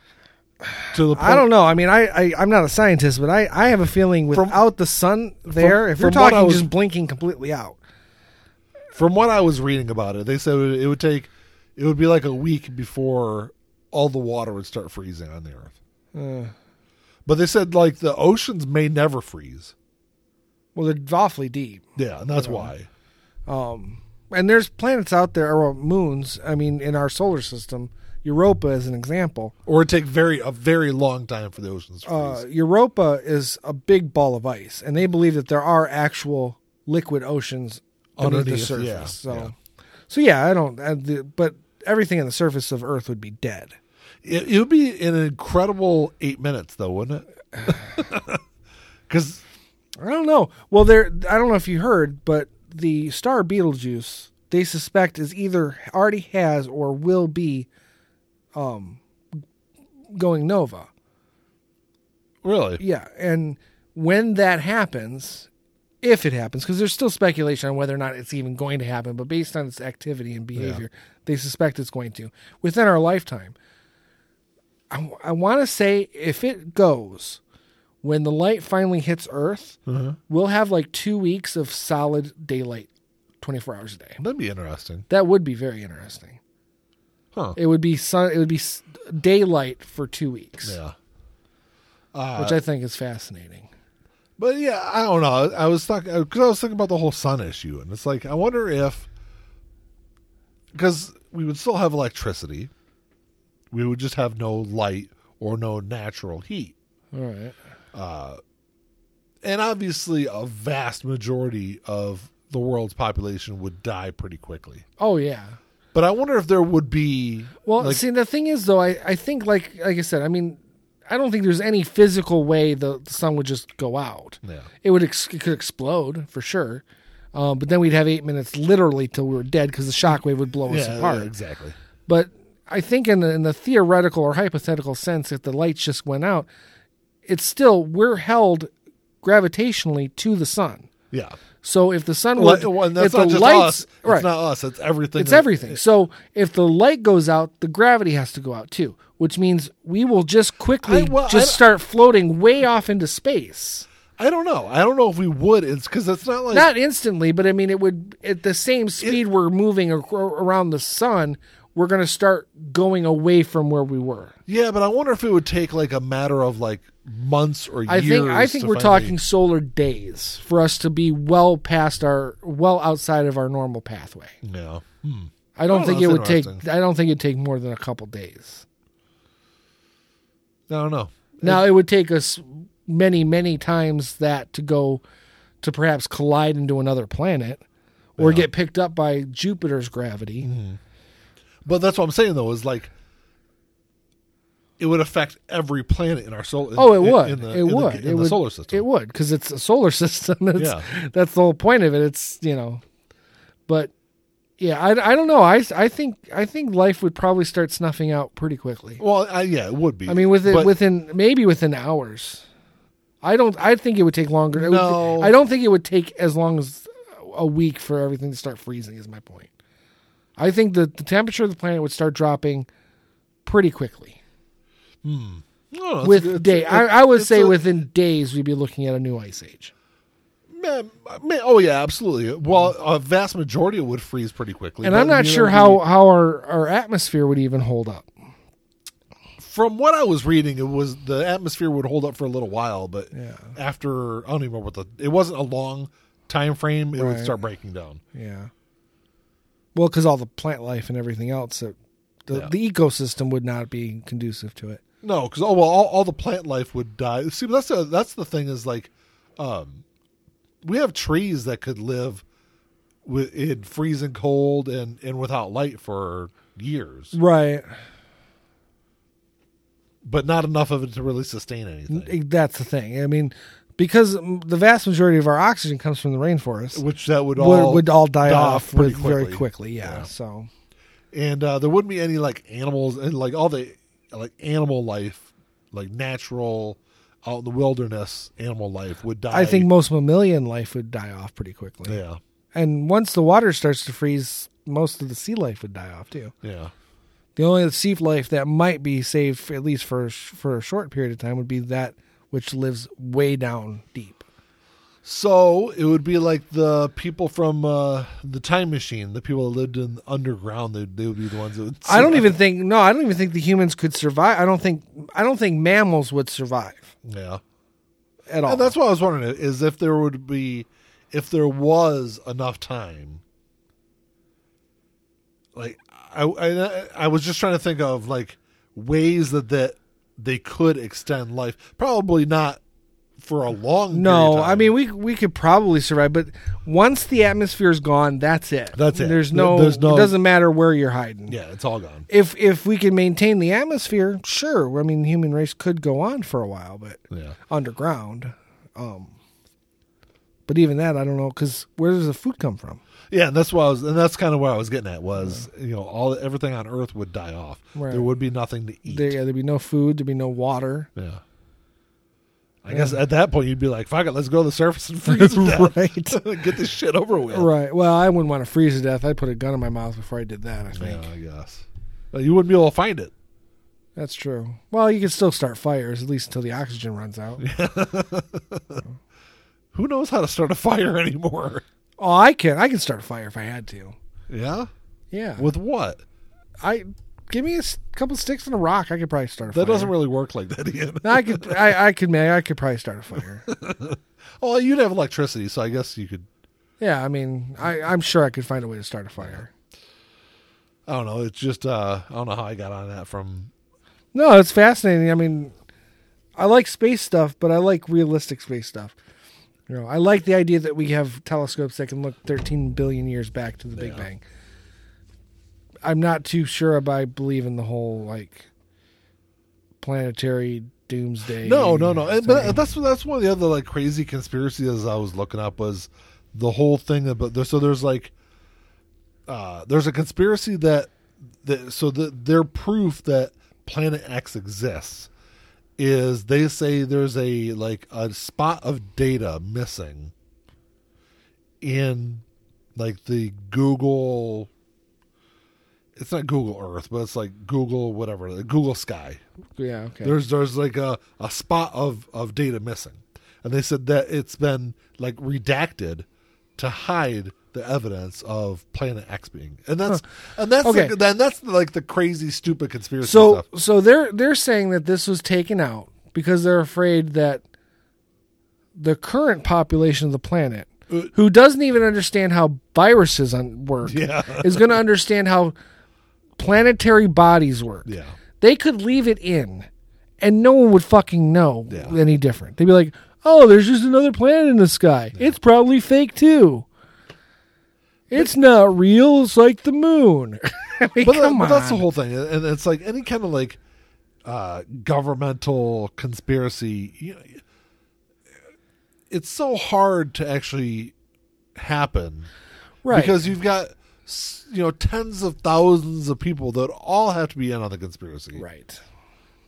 Speaker 1: to the point.
Speaker 2: I don't know. I mean, I, I I'm not a scientist, but I, I have a feeling
Speaker 1: From-
Speaker 2: without the sun there, if you're
Speaker 1: from what I
Speaker 2: talking
Speaker 1: was-
Speaker 2: just blinking completely out.
Speaker 1: From what I was reading about it, they said it would take, it would be like a week before all the water would start freezing on the Earth.
Speaker 2: Eh.
Speaker 1: But they said like the oceans may never freeze.
Speaker 2: Well, they're awfully deep.
Speaker 1: Yeah, and that's why.
Speaker 2: Um, and there's planets out there or moons. I mean, in our solar system, Europa is an example.
Speaker 1: Or it take very a very long time for the oceans to freeze.
Speaker 2: Uh, Europa is a big ball of ice, and they believe that there are actual liquid oceans underneath, the
Speaker 1: Underneath,
Speaker 2: surface.
Speaker 1: yeah,
Speaker 2: so,
Speaker 1: yeah.
Speaker 2: so yeah, I don't. I, the, but everything on the surface of Earth would be dead.
Speaker 1: It, it would be an incredible eight minutes, though, wouldn't it? Because
Speaker 2: I don't know. Well, there. I don't know if you heard, but the star Beetlejuice they suspect is either already has or will be, um, going nova.
Speaker 1: really,
Speaker 2: Yeah, and when that happens, if it happens, because there's still speculation on whether or not it's even going to happen, but based on its activity and behavior, they suspect it's going to within our lifetime. I, want to say if it goes, when the light finally hits Earth, we'll have like two weeks of solid daylight, 24 hours a day.
Speaker 1: that'd be interesting,
Speaker 2: That would be very interesting.
Speaker 1: huh?
Speaker 2: It would be sun. It would be s- daylight for two weeks,
Speaker 1: Yeah,
Speaker 2: which I think is fascinating.
Speaker 1: but yeah, I don't know. I was talking because I was thinking about the whole sun issue, and it's like I wonder if because we would still have electricity, we would just have no light or no natural heat.
Speaker 2: All right.
Speaker 1: and obviously a vast majority of the world's population would die pretty quickly.
Speaker 2: Oh yeah.
Speaker 1: But I wonder if there would be
Speaker 2: Well,
Speaker 1: like,
Speaker 2: see, the thing is, though, I, I think, like like I said, I mean, I don't think there's any physical way the, the sun would just go out.
Speaker 1: yeah,
Speaker 2: It would ex- it could explode for sure, um, but then we'd have eight minutes literally till we were dead because the shockwave would blow us
Speaker 1: yeah,
Speaker 2: apart.
Speaker 1: yeah, exactly.
Speaker 2: But I think in the, in the theoretical or hypothetical sense, if the lights just went out, it's still we're held gravitationally to the sun.
Speaker 1: Yeah,
Speaker 2: So if the sun
Speaker 1: well,
Speaker 2: was,
Speaker 1: and that's
Speaker 2: if
Speaker 1: not
Speaker 2: the
Speaker 1: just
Speaker 2: lights,
Speaker 1: us. It's
Speaker 2: right,
Speaker 1: not us. It's everything.
Speaker 2: it's
Speaker 1: that-
Speaker 2: everything. So if the light goes out, the gravity has to go out too, which means we will just quickly
Speaker 1: I- well,
Speaker 2: just
Speaker 1: I-
Speaker 2: start floating way off into space.
Speaker 1: I don't know. I don't know if we would. It's because it's not like
Speaker 2: Not instantly, but I mean, it would at the same speed we're moving ar- around the sun, we're going to start going away from where we were.
Speaker 1: yeah. But I wonder if it would take like a matter of like months or
Speaker 2: I
Speaker 1: years.
Speaker 2: think I think
Speaker 1: to
Speaker 2: we're
Speaker 1: finally-
Speaker 2: talking solar days for us to be well past our well outside of our normal pathway.
Speaker 1: Yeah.
Speaker 2: I don't
Speaker 1: Oh,
Speaker 2: think it
Speaker 1: that's
Speaker 2: would take.
Speaker 1: interesting.
Speaker 2: I don't think it'd take more than a couple days.
Speaker 1: I don't know.
Speaker 2: Now it would take us many, many times that to go to perhaps collide into another planet or get picked up by Jupiter's gravity.
Speaker 1: Mm-hmm. But that's what I'm saying though. Is like it would affect every planet in our solar.
Speaker 2: Oh, it
Speaker 1: in-
Speaker 2: would.
Speaker 1: In the,
Speaker 2: it
Speaker 1: in the-
Speaker 2: would.
Speaker 1: in
Speaker 2: it
Speaker 1: the
Speaker 2: would.
Speaker 1: solar system.
Speaker 2: It would because it's a solar system. That's,
Speaker 1: Yeah.
Speaker 2: that's the whole point of it. It's you know, but yeah, I, I don't know. I, I think I think life would probably start snuffing out pretty quickly.
Speaker 1: Well, I, yeah, it would be.
Speaker 2: I mean, within
Speaker 1: But-
Speaker 2: within maybe within hours. I don't. I think it would take longer. It would-
Speaker 1: No.
Speaker 2: I don't think it would take as long as a week for everything to start freezing. Is my point. I think that the temperature of the planet would start dropping pretty quickly.
Speaker 1: No, no, it's
Speaker 2: with
Speaker 1: a good-
Speaker 2: day,
Speaker 1: it's a-
Speaker 2: I, I would
Speaker 1: it's
Speaker 2: say
Speaker 1: a-
Speaker 2: within days we'd be looking at a new ice age.
Speaker 1: Man, man, oh yeah, absolutely. Well, a vast majority would freeze pretty quickly.
Speaker 2: And
Speaker 1: but
Speaker 2: I'm not
Speaker 1: you
Speaker 2: sure
Speaker 1: know,
Speaker 2: how how our, our atmosphere would even hold up.
Speaker 1: From what I was reading, it was the atmosphere would hold up for a little while, but after I don't even remember what the it wasn't a long time frame. It
Speaker 2: Right.
Speaker 1: would start breaking down.
Speaker 2: Yeah. Well, because all the plant life and everything else, it, the
Speaker 1: Yeah.
Speaker 2: the ecosystem would not be conducive to it.
Speaker 1: No, because oh well, all, all the plant life would die. See, but that's the that's the thing is like, um, we have trees that could live with in freezing cold and and without light for years,
Speaker 2: Right.
Speaker 1: but not enough of it to really sustain anything.
Speaker 2: It- That's the thing. I mean, because mm, the vast majority of our oxygen comes from the rainforest,
Speaker 1: which that would
Speaker 2: would,
Speaker 1: all
Speaker 2: would all die, off
Speaker 1: pretty
Speaker 2: with, very quickly. Yeah. So,
Speaker 1: and uh, there wouldn't be any like animals and like all the like animal life, like natural out in the wilderness animal life would die.
Speaker 2: I think most mammalian life would die off pretty quickly.
Speaker 1: Uh, yeah,
Speaker 2: And once the water starts to freeze, most of the sea life would die off too.
Speaker 1: yeah.
Speaker 2: The only sea life that might be saved, for, at least for a sh- for a short period of time, would be that which lives way down deep.
Speaker 1: So it would be like the people from uh, the time machine, the people that lived in the underground. They, they would be the ones that. Would
Speaker 2: I don't even think no, I don't even think the humans could survive. I don't think I don't think mammals would survive
Speaker 1: Yeah.
Speaker 2: at all.
Speaker 1: Yeah, Oh, that's what I was wondering is if there would be, if there was enough time. Like I, I, I was just trying to think of like ways that that they could extend life. Probably not for a long. period
Speaker 2: no,
Speaker 1: of
Speaker 2: I
Speaker 1: time.
Speaker 2: mean we we could probably survive, but once the atmosphere is gone, that's it.
Speaker 1: That's it.
Speaker 2: There's
Speaker 1: There-
Speaker 2: no,
Speaker 1: there's no-
Speaker 2: It doesn't matter where you're hiding.
Speaker 1: yeah, it's all gone.
Speaker 2: If if we can maintain the atmosphere, sure. I mean, human race could go on for a while, but
Speaker 1: Yeah.
Speaker 2: underground. Um, but even that, I don't know, because where does the food come from?
Speaker 1: Yeah, and that's what I was, and that's kind of where I was getting at was you know all everything on Earth would die off.
Speaker 2: Right.
Speaker 1: There would be nothing to eat.
Speaker 2: There, yeah, there'd be no food, there'd be no water.
Speaker 1: yeah. I guess at that point you'd be like, "Fuck it, let's go to the surface and freeze to death.
Speaker 2: Right.
Speaker 1: Get this shit over with."
Speaker 2: Right. Well, I wouldn't want to freeze to death. I'd put a gun in my mouth before I did that. I think
Speaker 1: Yeah, I guess. Well, you wouldn't be able to find it.
Speaker 2: that's true. Well, you could still start fires at least until the oxygen runs out.
Speaker 1: Who knows how to start a fire anymore?
Speaker 2: Oh, I can. I can start a fire if I had to.
Speaker 1: Yeah.
Speaker 2: Yeah.
Speaker 1: With what?
Speaker 2: I give me a s- couple sticks and a rock. I could probably start a fire.
Speaker 1: That doesn't really work like that, Ian.
Speaker 2: No, I could. I, I could. ma- I could probably start a fire.
Speaker 1: Oh, you'd have electricity, so I guess you could.
Speaker 2: yeah. I mean, I, I'm sure I could find a way to start a fire.
Speaker 1: I don't know. It's just uh, I don't know how I got on that from.
Speaker 2: No, it's fascinating. I mean, I like space stuff, but I like realistic space stuff. You know, I like the idea that we have telescopes that can look 13 billion years back to the Big
Speaker 1: Yeah.
Speaker 2: Bang. I'm not too sure if I believe in the whole like planetary doomsday.
Speaker 1: No, no, no. And-
Speaker 2: thing.
Speaker 1: But that's that's one of the other like crazy conspiracies I was looking up was the whole thing about there. So there's like, uh, there's a conspiracy that, that so the, their proof that Planet X exists is they say there's a like a spot of data missing in like the Google. It's not Google Earth, but it's like Google whatever, the Google Sky,
Speaker 2: yeah, okay.
Speaker 1: there's there's like a, a spot of, of data missing. And they said that it's been like redacted to hide the evidence of Planet X being and that's and that's
Speaker 2: Okay.
Speaker 1: the, then that's like the crazy stupid conspiracy
Speaker 2: so
Speaker 1: stuff.
Speaker 2: so they're they're saying that this was taken out because they're afraid that the current population of the planet
Speaker 1: Uh,
Speaker 2: who doesn't even understand how viruses un- work
Speaker 1: Yeah.
Speaker 2: is going to understand how planetary bodies work.
Speaker 1: Yeah.
Speaker 2: They could leave it in and no one would fucking know
Speaker 1: Yeah.
Speaker 2: any different. They'd be like, "Oh, there's just another planet in the sky. It's probably fake too." It's not real. It's like the moon. I mean,
Speaker 1: But, that-
Speaker 2: come
Speaker 1: but that's the
Speaker 2: on.
Speaker 1: whole thing. And it's like any kind of like uh governmental conspiracy you know, it's so hard to actually happen
Speaker 2: right.
Speaker 1: because you've got s- you know tens of thousands of people that all have to be in on the conspiracy
Speaker 2: Right.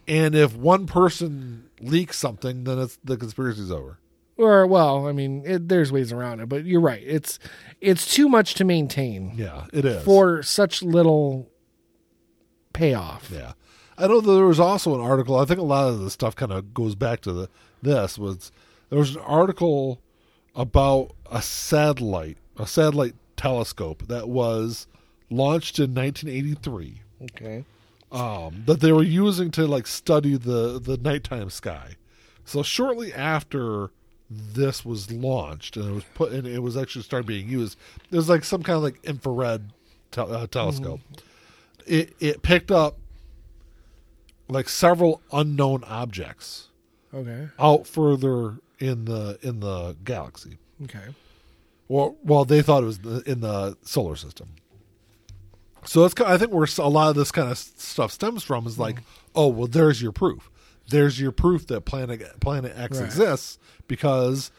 Speaker 1: and if one person leaks something then it's the conspiracy's over
Speaker 2: Or well, I mean, it, there's ways around it, but you're right. It's it's too much to maintain
Speaker 1: yeah it is
Speaker 2: for such little payoff.
Speaker 1: yeah i know there was also an article i think a lot of the stuff kind of goes back to the, this was there was an article about a satellite a satellite telescope that was launched in 1983
Speaker 2: Okay.
Speaker 1: um, that they were using to like study the the nighttime sky. So shortly after this was launched and it was put and it was actually started being used, it was like some kind of like infrared tel- uh, telescope. It it picked up like several unknown objects
Speaker 2: Okay.
Speaker 1: out further in the in the galaxy.
Speaker 2: Okay.
Speaker 1: Well, well, they thought it was the, in the solar system. So that's ki- I think where s- a lot of this kind of s- stuff stems from is
Speaker 2: Mm.
Speaker 1: like, oh, well, there's your proof. There's your proof that planet Planet X
Speaker 2: Right.
Speaker 1: exists because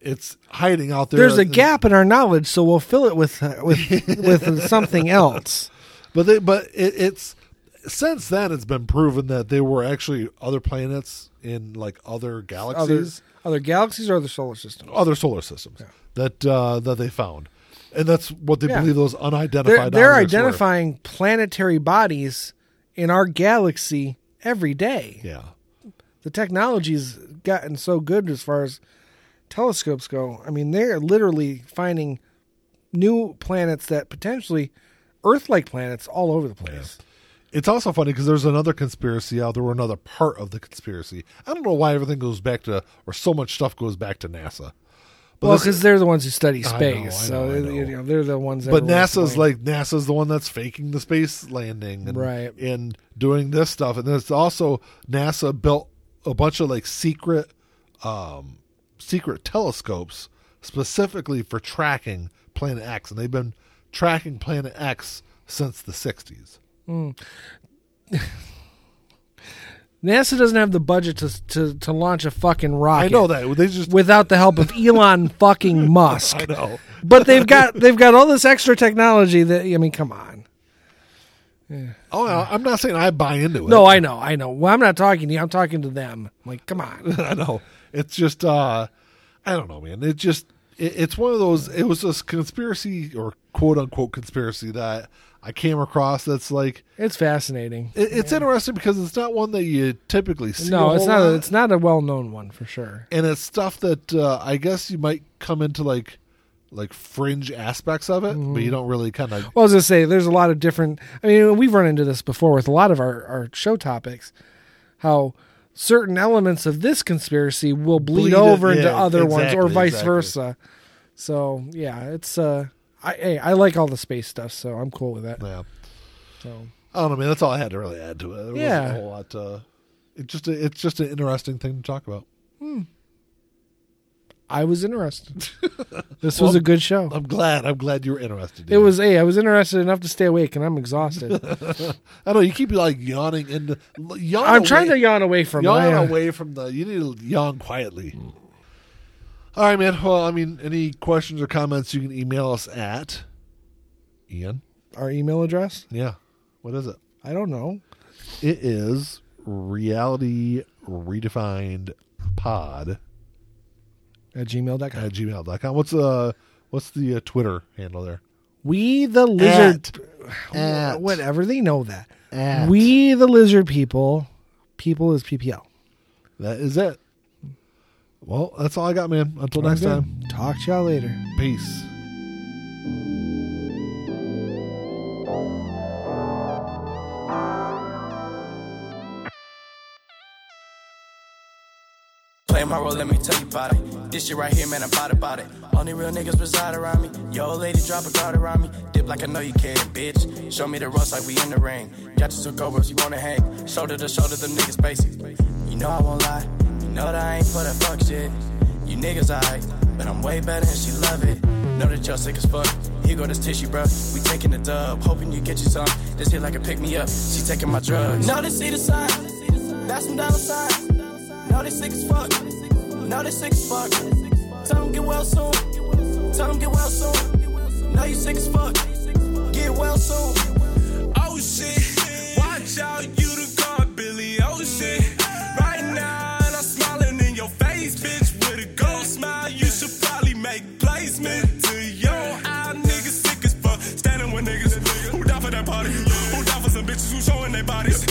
Speaker 1: it's hiding out there.
Speaker 2: There's a
Speaker 1: And-
Speaker 2: gap in our knowledge, so we'll fill it with uh, with with something else.
Speaker 1: but they, but it, it's since then it's been proven that there were actually other planets in like other galaxies.
Speaker 2: Other other galaxies or other solar systems.
Speaker 1: other solar systems that uh, that they found. and that's what they
Speaker 2: Yeah.
Speaker 1: believe those unidentified.
Speaker 2: They're, they're
Speaker 1: objects were.
Speaker 2: identifying planetary bodies in our galaxy every day.
Speaker 1: Yeah,
Speaker 2: The technology's gotten so good as far as telescopes go. I mean, they're literally finding new planets that potentially Earth-like planets all over the place.
Speaker 1: it's also funny because there's another conspiracy out there, or another part of the conspiracy. I don't know why everything goes back to, or so much stuff goes back to NASA. But
Speaker 2: well,
Speaker 1: this-
Speaker 2: because they're the ones who study
Speaker 1: know,
Speaker 2: space,
Speaker 1: I
Speaker 2: so
Speaker 1: know, I
Speaker 2: you
Speaker 1: know.
Speaker 2: know, they're the ones.
Speaker 1: But
Speaker 2: everyone's
Speaker 1: NASA's like
Speaker 2: blaming.
Speaker 1: NASA's the one that's faking the space landing and,
Speaker 2: Right.
Speaker 1: and doing this stuff. And there's also NASA built a bunch of like secret um secret telescopes specifically for tracking planet X and they've been tracking planet X since the 60s.
Speaker 2: NASA doesn't have the budget to to, to launch a fucking rocket.
Speaker 1: I know that. They just
Speaker 2: without the help of Elon fucking Musk.
Speaker 1: I know.
Speaker 2: But they've got they've got all this extra technology that I mean, come on.
Speaker 1: Oh, I- I'm not saying I buy into it.
Speaker 2: No, I know, I know. Well, I'm not talking to you. I'm talking to them. Like, come on.
Speaker 1: I know. It's just uh I don't know, man. It just it, it's one of those it was this conspiracy or quote unquote conspiracy that I came across that's like
Speaker 2: It's fascinating.
Speaker 1: it, it's interesting because it's not one that you typically see.
Speaker 2: No,
Speaker 1: a
Speaker 2: it's
Speaker 1: whole
Speaker 2: not.
Speaker 1: lot,
Speaker 2: A, it's not a well known one for sure.
Speaker 1: and it's stuff that uh, I guess you might come into like like fringe aspects of it,
Speaker 2: Mm-hmm.
Speaker 1: but you don't really kind of
Speaker 2: Well, I was gonna say there's a lot of different. I mean, we've run into this before with a lot of our our show topics. How certain elements of this conspiracy will bleed,
Speaker 1: Bleed it-
Speaker 2: over into
Speaker 1: yeah,
Speaker 2: other ones, or
Speaker 1: exactly,
Speaker 2: vice
Speaker 1: exactly.
Speaker 2: versa. So yeah, it's uh, I hey, I like all the space stuff, so I'm cool with that.
Speaker 1: yeah.
Speaker 2: So
Speaker 1: I don't know, man. That's all I had to really add to it. There wasn't
Speaker 2: Yeah.
Speaker 1: a whole lot. To, it just it's just an interesting thing to talk about.
Speaker 2: I was interested. this
Speaker 1: Well,
Speaker 2: was a good show.
Speaker 1: I'm glad. I'm glad you were interested.
Speaker 2: It
Speaker 1: Ian.
Speaker 2: was hey, I was interested enough to stay awake, and I'm exhausted.
Speaker 1: Oh, I don't know. You keep like yawning and yawn.
Speaker 2: I'm trying to
Speaker 1: away-
Speaker 2: yawn away from uh,
Speaker 1: yawn
Speaker 2: it. I-
Speaker 1: away from the. You need to yawn quietly. All right, man. Well, I mean, any questions or comments, you can email us at Ian.
Speaker 2: Our email address?
Speaker 1: Yeah, what is it?
Speaker 2: I don't know.
Speaker 1: It is reality redefined pod
Speaker 2: At gmail.com.
Speaker 1: at gmail.com. What's uh what's the uh, Twitter handle there?
Speaker 2: We the lizard.
Speaker 1: At, at,
Speaker 2: Whatever they know that.
Speaker 1: at.
Speaker 2: We the lizard people. People is PPL.
Speaker 1: that is it. Well, that's all I got, man. Until next time,
Speaker 2: Talk to y'all later.
Speaker 1: peace.
Speaker 3: Play my role, let me tell you about it. This shit right here, man, I'm about about it. Only real niggas reside around me. Yo, old lady, drop a guard around me. Dip like I know you can, bitch. Show me the ropes like we in the ring. Got you two cobras, you wanna hang. Shoulder to shoulder, the niggas basic. You know I won't lie. You know that I ain't for that fuck shit. You niggas alright, but I'm way better and she love it. Know that y'all sick as fuck. Here go this tissue, bro. We taking the dub, hoping you get you some. This hit like a pick me up. She taking my drugs. Know they see the sign. That's some dollar signs. No, they sick as fuck. No, they sick as fuck. Tell them get well soon. Tell them get well soon. No, you sick as fuck. Get well soon.
Speaker 4: Oh shit, watch out, you the car, Billy
Speaker 3: Oh,
Speaker 4: Ocean. Right now, and I'm smiling in your face, bitch. With a gold smile, you should probably make placement to your eye. Niggas sick as fuck, standing with niggas who die for that party, who die for some bitches who showing their bodies.